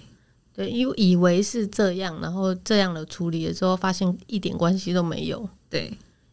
Speaker 1: 对，因为以为是这样，然后这样的处理了之后，发现一点关系都没有。
Speaker 2: 对，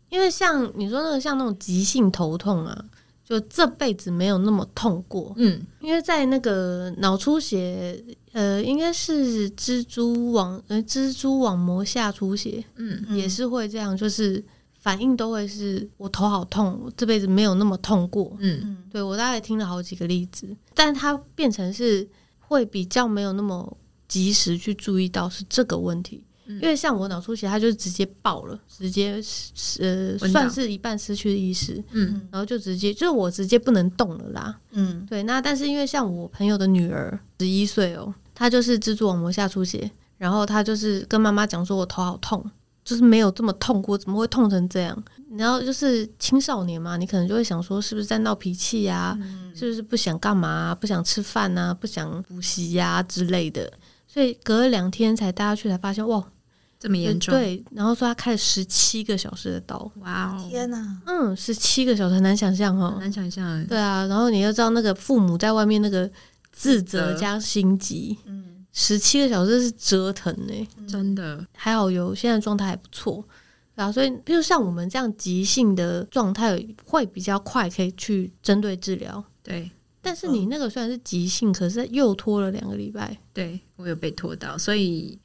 Speaker 1: 因为像你说那个像那种急性头痛啊，就这辈子没有那么痛过。
Speaker 2: 嗯，
Speaker 1: 因为在那个脑出血，呃，应该是蜘蛛网呃蜘蛛网膜下出血，
Speaker 2: 嗯，
Speaker 1: 也是会这样，就是反应都会是我头好痛，我这辈子没有那么痛过。
Speaker 2: 嗯，
Speaker 3: 嗯，
Speaker 1: 对我大概听了好几个例子，但它变成是会比较没有那么及时去注意到是这个问题，
Speaker 2: 嗯
Speaker 1: 因为像我脑出血，它就直接爆了，直接是呃
Speaker 2: 昏倒
Speaker 1: 算是一半失去意识，
Speaker 2: 嗯，
Speaker 1: 然后就直接就是我直接不能动了啦。
Speaker 3: 嗯
Speaker 1: 对，那但是因为像我朋友的女儿十一岁哦，她就是蜘蛛网膜下出血，然后她就是跟妈妈讲说我头好痛，就是没有这么痛过，怎么会痛成这样？然后就是青少年嘛，你可能就会想说是不是在闹脾气呀、
Speaker 2: 嗯
Speaker 1: 嗯
Speaker 3: 嗯
Speaker 1: 是不是不想干嘛、不想吃饭啊，不想补习呀、之类的。所以隔了两天才带她去，才发现哇，
Speaker 2: 这么严重，，
Speaker 1: 对，然后说她开了十七个小时的刀，
Speaker 2: 哇哦，
Speaker 3: 天哪，
Speaker 1: 嗯，十七个小时很难想象哦
Speaker 2: 很，难想象，
Speaker 1: 对啊，然后你又知道那个父母在外面那个自责加心急，
Speaker 3: 嗯，
Speaker 1: 十七个小时是折腾呢、
Speaker 2: 真的，
Speaker 1: 还好有现在状态还不错，对啊，所以比如像我们这样急性的状态会比较快可以去针对治疗，
Speaker 2: 对。
Speaker 1: 但是你那个虽然是急性，可是又拖了两个礼拜，
Speaker 2: 对我有被拖到，所以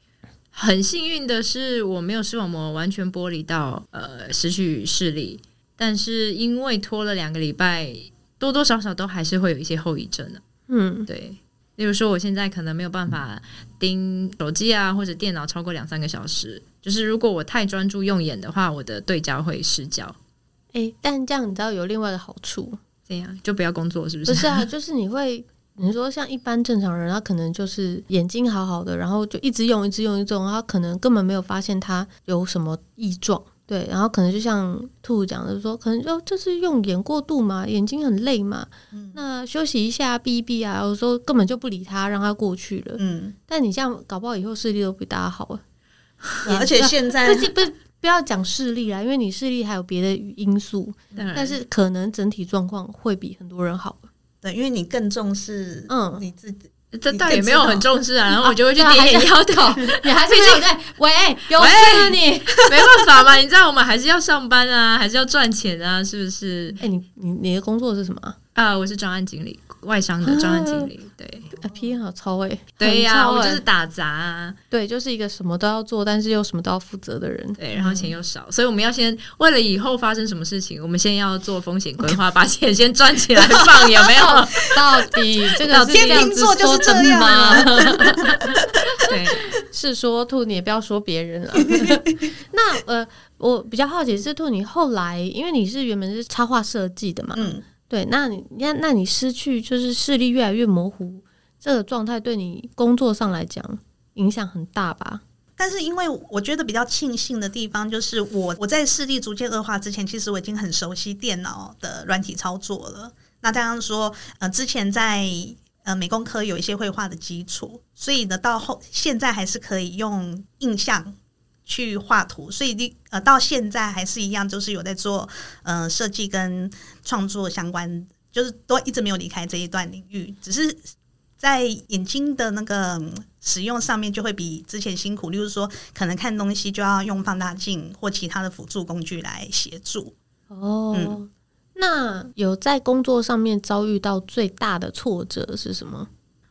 Speaker 2: 很幸运的是我没有视网膜完全剥离到呃失去视力，但是因为拖了两个礼拜，多多少少都还是会有一些后遗症的、
Speaker 1: 嗯，
Speaker 2: 对，例如说我现在可能没有办法盯手机啊或者电脑超过两三个小时，就是如果我太专注用眼的话，我的对焦会失焦，
Speaker 1: 诶、但这样你知道有另外的好处，
Speaker 2: 这样就不要工作是不
Speaker 1: 不
Speaker 2: 是？
Speaker 1: 是啊， [laughs] 就是你会，你说像一般正常人，他可能就是眼睛好好的，然后就一直用，一直用，一直用，他可能根本没有发现他有什么异状。对，然后可能就像兔讲的说，可能就哦就是用眼过度嘛，眼睛很累嘛，那休息一下，避一避啊，有时候根本就不理他，让他过去了。
Speaker 3: 嗯，
Speaker 1: 但你这样搞不好以后视力都比大家好啊。
Speaker 3: 而且现在
Speaker 1: 不是不啊是不要讲视力啊啦，因为你视力还有别的因素，
Speaker 2: 当然，
Speaker 1: 但是可能整体状况会比很多人好。
Speaker 3: 对，因为你更重视
Speaker 1: 嗯
Speaker 3: 你自己，
Speaker 2: 这
Speaker 3: 你
Speaker 2: 倒
Speaker 3: 更
Speaker 2: 也没
Speaker 3: 知
Speaker 2: 有
Speaker 3: 道
Speaker 2: 很重视啊，然后我就会去
Speaker 1: 啊 [laughs] 对啊
Speaker 2: 点眼
Speaker 1: 还是
Speaker 2: 摇头，
Speaker 1: 你还是没有在 [laughs] 喂，有
Speaker 2: 喂
Speaker 1: 事啊你。
Speaker 2: [laughs] 没办法 [laughs] 嘛，你知道我们还是要上班啊，还是要赚钱啊，是不是？
Speaker 1: 哎、你你你的工作是什么啊？
Speaker 2: 啊，我是专案经理，外商的专案经
Speaker 1: [laughs]
Speaker 2: 理，对
Speaker 1: 啊脾气好超哎、
Speaker 2: 对
Speaker 1: 很
Speaker 2: 呀、
Speaker 1: 糙
Speaker 2: 我就
Speaker 1: 欸
Speaker 2: 是打杂、啊，
Speaker 1: 对，就是一个什么都要做，但是又什么都要负责的人。
Speaker 2: 对，然后钱又少，所以我们要先为了以后发生什么事情，我们先要做风险规划，把钱先赚起来放，有没有？
Speaker 1: [laughs] 到底这个
Speaker 2: 老
Speaker 1: 是
Speaker 2: 天
Speaker 1: 这样
Speaker 3: 秤
Speaker 1: 子
Speaker 3: 座就
Speaker 1: 说
Speaker 3: 是这
Speaker 1: 真的
Speaker 3: 样
Speaker 1: 吗？ [laughs]
Speaker 2: 对，
Speaker 1: 是说兔，你也不要说别人了。那呃，我比较好奇是兔，你后来因为你是原本是插画设计的嘛，
Speaker 3: 嗯，
Speaker 1: 对，那你那那你失去就是视力越来越模糊这个状态，对你工作上来讲影响很大吧？
Speaker 3: 但是因为我觉得比较庆幸的地方，就是我我在视力逐渐恶化之前，其实我已经很熟悉电脑的软体操作了。那这样说，呃，之前在呃美工科有一些绘画的基础，所以呢，到后现在还是可以用印象去画图，所以你呃到现在还是一样，就是有在做呃设计跟创作相关，就是都一直没有离开这一段领域，只是在眼睛的那个嗯使用上面就会比之前辛苦，例如说可能看东西就要用放大镜或其他的辅助工具来协助。
Speaker 1: 哦，
Speaker 3: 嗯
Speaker 1: 那有在工作上面遭遇到最大的挫折是什么？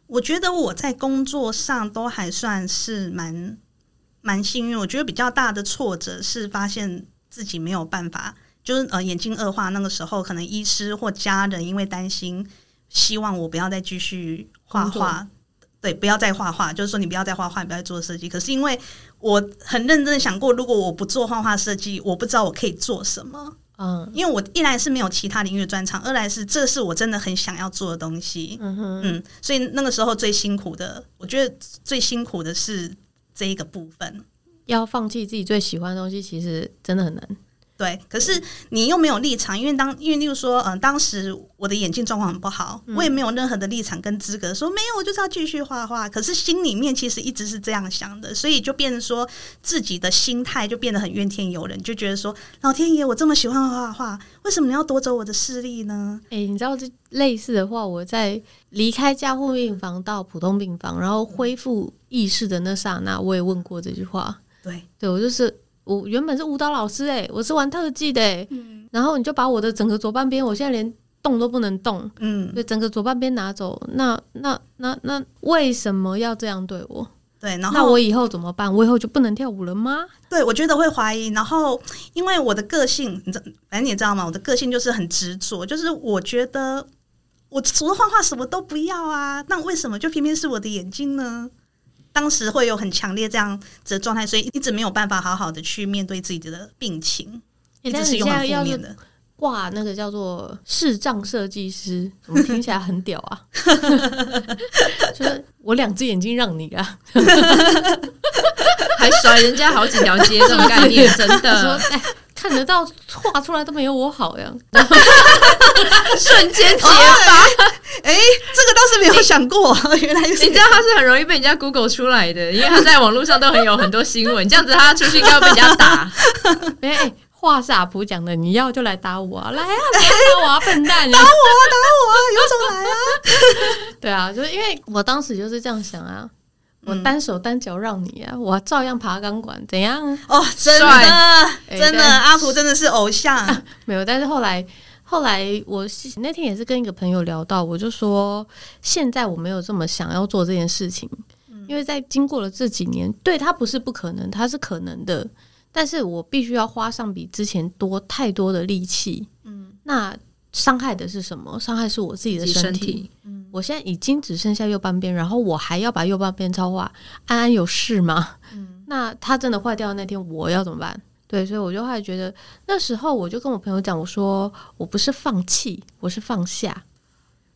Speaker 3: 我觉得我在工作上都还算是蛮蛮幸运，我觉得比较大的挫折是发现自己没有办法，就是呃眼睛恶化那个时候，可能医师或家人因为担心，希望我不要再继续画
Speaker 1: 工
Speaker 3: 画
Speaker 1: 作。
Speaker 3: 对，不要再画画，就是说你不要再画画，你不要再做设计。可是因为我很认真的想过，如果我不做画画设计，我不知道我可以做什么。
Speaker 1: 嗯
Speaker 3: 因为我一来是没有其他领域的专长，二来是这是我真的很想要做的东西。
Speaker 1: 嗯哼，
Speaker 3: 嗯，所以那个时候最辛苦的，我觉得最辛苦的是这一个部分。
Speaker 1: 要放弃自己最喜欢的东西，其实真的很难。
Speaker 3: 对，可是你又没有立场，因为当因为例如说，嗯、当时我的眼睛状况很不好，我也没有任何的立场跟资格说没有，我就是要继续画画。可是心里面其实一直是这样想的，所以就变成说自己的心态就变得很怨天尤人，就觉得说老天爷，我这么喜欢画画，为什么你要夺走我的视力呢？
Speaker 1: 哎、你知道这类似的话，我在离开加护病房到普通病房，然后恢复意识的那刹那，我也问过这句话。
Speaker 3: 对，
Speaker 1: 对我就是我原本是舞蹈老师哎、我是玩特技的哎、然后你就把我的整个左半边，我现在连动都不能动，
Speaker 3: 嗯，
Speaker 1: 对，整个左半边拿走。那那那那为什么要这样对我？
Speaker 3: 对，然
Speaker 1: 那
Speaker 3: 后
Speaker 1: 我以后怎么办？我以后就不能跳舞了吗？
Speaker 3: 对我觉得会怀疑，然后因为我的个性，你知反正你也知道嘛，我的个性就是很执着，就是我觉得我除了画画什么都不要啊，那为什么就偏偏是我的眼睛呢？当时会有很强烈这样子的状态，所以一直没有办法好好的去面对自己的病情，
Speaker 1: 欸
Speaker 3: 一直
Speaker 1: 但
Speaker 3: 是
Speaker 1: 你
Speaker 3: 用
Speaker 1: 现在
Speaker 3: 很
Speaker 1: 要
Speaker 3: 负
Speaker 1: 是
Speaker 3: 面的。
Speaker 1: 挂那个叫做视障设计师，怎么听起来很屌啊？ [laughs] 就是我两只眼睛让你啊，
Speaker 2: 还甩人家好几条街这种概念，真
Speaker 1: 他说
Speaker 3: [laughs]
Speaker 1: [laughs]
Speaker 2: 的
Speaker 1: 哎、看得到画出来都没有我好呀。
Speaker 2: 瞬间结巴。
Speaker 3: 哎、这个倒是没有想过， [laughs] 原来
Speaker 2: 你
Speaker 3: 是
Speaker 2: 知道他是很容易被人家 Google 出来的，因为他在网络上都很有很多新闻，这样子他出去应该会被人家打。
Speaker 1: [laughs] 哎、哎话煞普讲的，你要就来打我啊，来啊，来打我啊，笨蛋！打我，打我，有种来啊！对啊，就是因为我当时就是这样想啊，我单手单脚让你啊，我照样爬钢管，怎样？
Speaker 3: 哦，真的
Speaker 1: 帅
Speaker 3: 真的，
Speaker 1: 哎啊
Speaker 3: 阿图真的是偶像，
Speaker 1: 没有，但是后来后来我是那天也是跟一个朋友聊到，我就说现在我没有这么想要做这件事情，因为在经过了这几年，对它不是不可能，它是可能的，但是我必须要花上比之前多太多的力气。嗯，那伤害的是什么？伤害是我自己的身体。
Speaker 3: 嗯
Speaker 1: 我现在已经只剩下右半边，然后我还要把右半边超画，安安有事吗？ [laughs]
Speaker 3: 嗯
Speaker 1: 那它真的坏掉的那天，我要怎么办？对，所以我就后来觉得，那时候我就跟我朋友讲，我说我不是放弃，我是放下。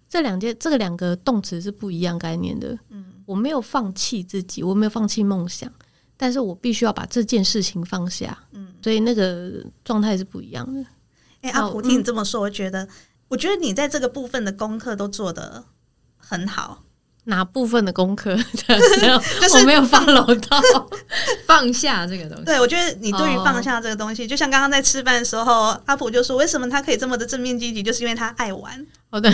Speaker 1: 这两件，这个两个动词是不一样概念的。嗯，我没有放弃自己，我没有放弃梦想，但是我必须要把这件事情放下。嗯，所以那个状态是不一样的。
Speaker 3: 哎、阿
Speaker 1: 哦
Speaker 3: 普，听你
Speaker 1: 嗯
Speaker 3: 这么说，我觉得，我觉得你在这个部分的功课都做得很
Speaker 1: 嗯
Speaker 3: 好，
Speaker 1: 哪部分的功课？ [laughs] 这样
Speaker 3: [laughs] 就是
Speaker 1: 我没有放楼道。
Speaker 2: 放下这个东西，
Speaker 3: 对，我觉得你对于
Speaker 1: 哦
Speaker 3: 放下这个东西，就像刚刚在吃饭的时候，阿普就说，为什么他可以这么的正面积极，就是因为他爱玩。
Speaker 1: 好的。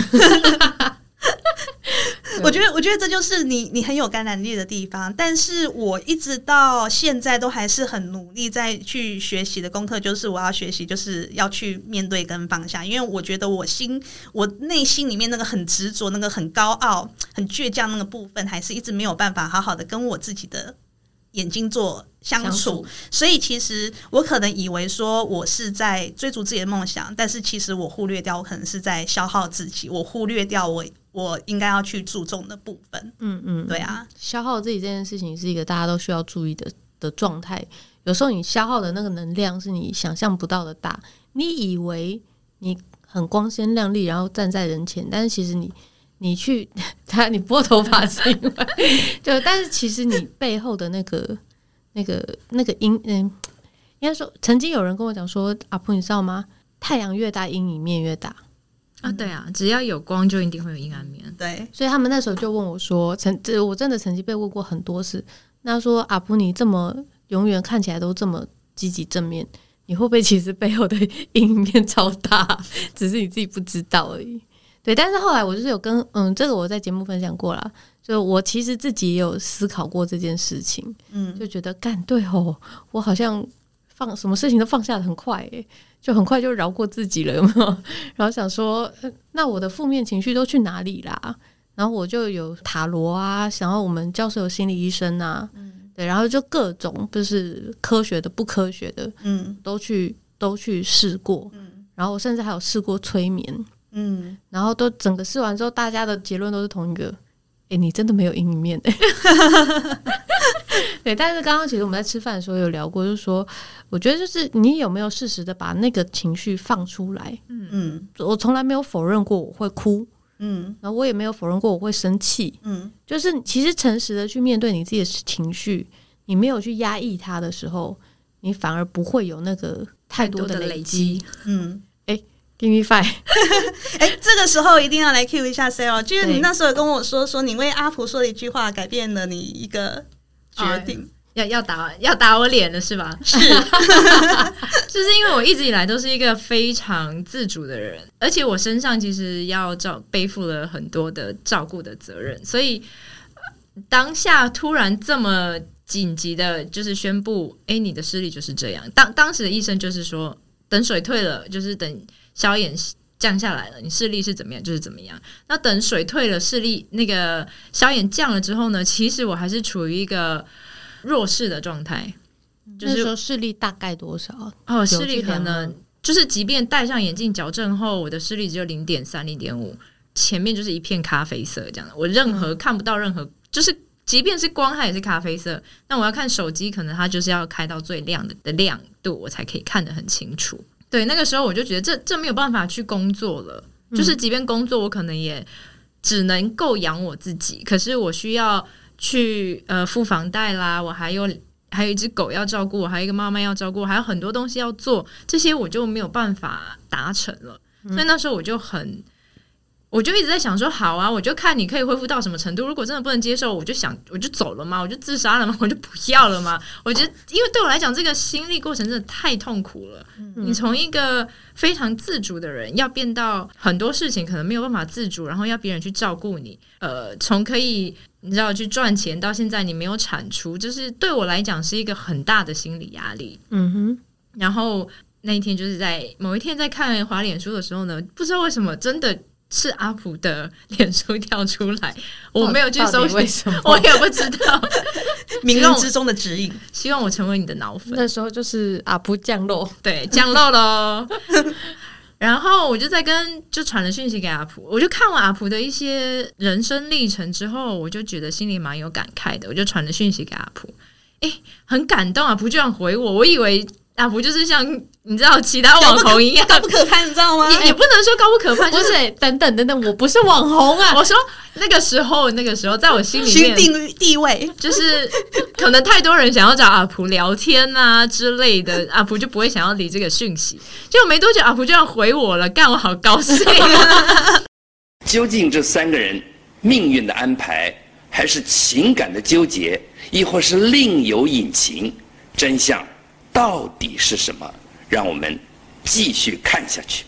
Speaker 3: 我觉得，我觉得这就是你你很有感染力的地方。但是我一直到现在都还是很努力在去学习的功课，就是我要学习，就是要去面对跟放下。因为我觉得我心，我内心里面那个很执着、那个很高傲、很倔强那个部分，还是一直没有办法好好的跟我自己的眼睛做相
Speaker 1: 相
Speaker 3: 处
Speaker 1: 处。
Speaker 3: 所以其实我可能以为说我是在追逐自己的梦想，但是其实我忽略掉，我可能是在消耗自己，我忽略掉我我应该要去注重的部分。
Speaker 1: 嗯嗯，
Speaker 3: 对啊，
Speaker 1: 消耗自己这件事情是一个大家都需要注意的的状态。有时候你消耗的那个能量是你想象不到的大，你以为你很光鲜亮丽，然后站在人前，但是其实你 [laughs] 你去他你拨头发是因为 [laughs] 对，但是其实你背后的那个那个那个阴嗯，应该说曾经有人跟我讲说，阿婆你知道吗？太阳越大，阴影面越大。
Speaker 2: 啊，对啊，
Speaker 1: 嗯
Speaker 2: 只要有光就一定会有阴暗面。
Speaker 3: 对，
Speaker 1: 所以他们那时候就问我说：“曾这我真的曾经被问过很多次，那说阿普你这么永远看起来都这么积极正面，你会不会其实背后的阴影面超大，只是你自己不知道而已？”对，但是后来我就是有跟嗯，这个我在节目分享过啦，就我其实自己也有思考过这件事情，
Speaker 3: 嗯，
Speaker 1: 就觉得干对哦，我好像放什么事情都放下的很快耶，就很快就饶过自己了，有没 [laughs] 有？然后想说，呃那我的负面情绪都去哪里啦？然后我就有塔罗啊，然后我们教授有心理医生啊，对，然后就各种就是科学的、不科学的
Speaker 3: 嗯
Speaker 1: 都去都去试过，然后我甚至还有试过催眠，
Speaker 3: 嗯，
Speaker 1: 然后都整个试完之后，大家的结论都是同一个。哎、你真的没有阴影面、 [laughs] 欸，对。但是刚刚其实我们在吃饭的时候有聊过，就是说，我觉得就是你有没有适时的把那个情绪放出来。
Speaker 3: 嗯
Speaker 1: 我从来没有否认过我会哭，
Speaker 3: 嗯
Speaker 1: 然后我也没有否认过我会生气。
Speaker 3: 嗯
Speaker 1: 就是其实诚实的去面对你自己的情绪，你没有去压抑它的时候，你反而不会有那个太多的累积。
Speaker 3: 嗯，
Speaker 1: Give me five，
Speaker 3: [laughs] 哎、这个时候一定要来 Q 一下 Sarah，就是你
Speaker 1: 对
Speaker 3: 那时候有跟我说，说你为阿婆说的一句话改变了你一个决定，
Speaker 2: 要要打要打我脸了是吧？是，就是因为我一直以来都是一个非常自主的人，而且我身上其实要照背负了很多的照顾的责任，所以呃当下突然这么紧急的，就是宣布，哎，你的视力就是这样。当当时的医生就是说，等水退了，就是等消炎降下来了，你视力是怎么样就是怎么样。那等水退了，视力那个消炎降了之后呢，其实我还是处于一个弱势的状态，就
Speaker 1: 那时
Speaker 2: 是
Speaker 1: 候视力大概多少？
Speaker 2: 哦，
Speaker 1: 有
Speaker 2: 视力
Speaker 1: 去
Speaker 2: 可
Speaker 1: 量吗
Speaker 2: 能就是即便戴上眼镜矫正后，我的视力只有零点三、零点五，前面就是一片咖啡色这样的，我任
Speaker 1: 嗯
Speaker 2: 何看不到任何，就是即便是光它也是咖啡色。那我要看手机，可能它就是要开到最亮的的亮度，我才可以看得很清楚。对，那个时候我就觉得这这没有办法去工作了，
Speaker 1: 嗯
Speaker 2: 就是即便工作，我可能也只能够养我自己，可是我需要去呃付房贷啦，我还有还有一只狗要照顾，我还有一个妈妈要照顾，还有很多东西要做，这些我就没有办法达成了。所以那时候我就很，我就一直在想说，好啊，我就看你可以恢复到什么程度。如果真的不能接受，我就想我就走了嘛，我就自杀了嘛， [laughs] 我就不要了嘛。我觉得，因为对我来讲，这个心力过程真的太痛苦了。你从一个非常自主的人，要变到很多事情可能没有办法自主，然后要别人去照顾你，呃，从可以你知道去赚钱到现在你没有产出，就是对我来讲是一个很大的心理压力。
Speaker 1: 嗯哼，
Speaker 2: 然后那一天就是在某一天在看滑脸书的时候呢，不知道为什么真的是阿普的 [laughs] 脸书跳出来，我没有去
Speaker 1: 到
Speaker 2: 搜
Speaker 1: 底为
Speaker 2: 寻，
Speaker 1: 什么？
Speaker 2: 我也不知道。 [laughs]
Speaker 3: 冥冥之中的指引。
Speaker 2: 希望我成为你的脑粉，
Speaker 1: 那时候就是阿不降落，
Speaker 2: 对，降落喽。然后我就在跟就传了讯息给阿普，我就看完阿普的一些人生历程之后，我就觉得心里蛮有感慨的，我就传了讯息给阿普，诶，很感动，阿普居然回我，我以为阿普就是像你知道其他网红一样，
Speaker 3: 高不可攀，你知道吗？
Speaker 2: 也也不能说高不可攀，
Speaker 1: 不
Speaker 2: 就是
Speaker 1: 是、等等等等，我不是网红啊，
Speaker 2: 我说那个时候，那个时候在我心里
Speaker 3: 新
Speaker 2: 面，
Speaker 3: 定地位，
Speaker 2: 就是可能太多人想要找阿普聊天啊之类的，阿普就不会想要理这个讯息。结果没多久，阿普就要回我了，干我好高兴、啊
Speaker 4: 究竟这三个人命运的安排，还是情感的纠结，亦或是另有隐情？真相到底是什么？让我们继续看下去。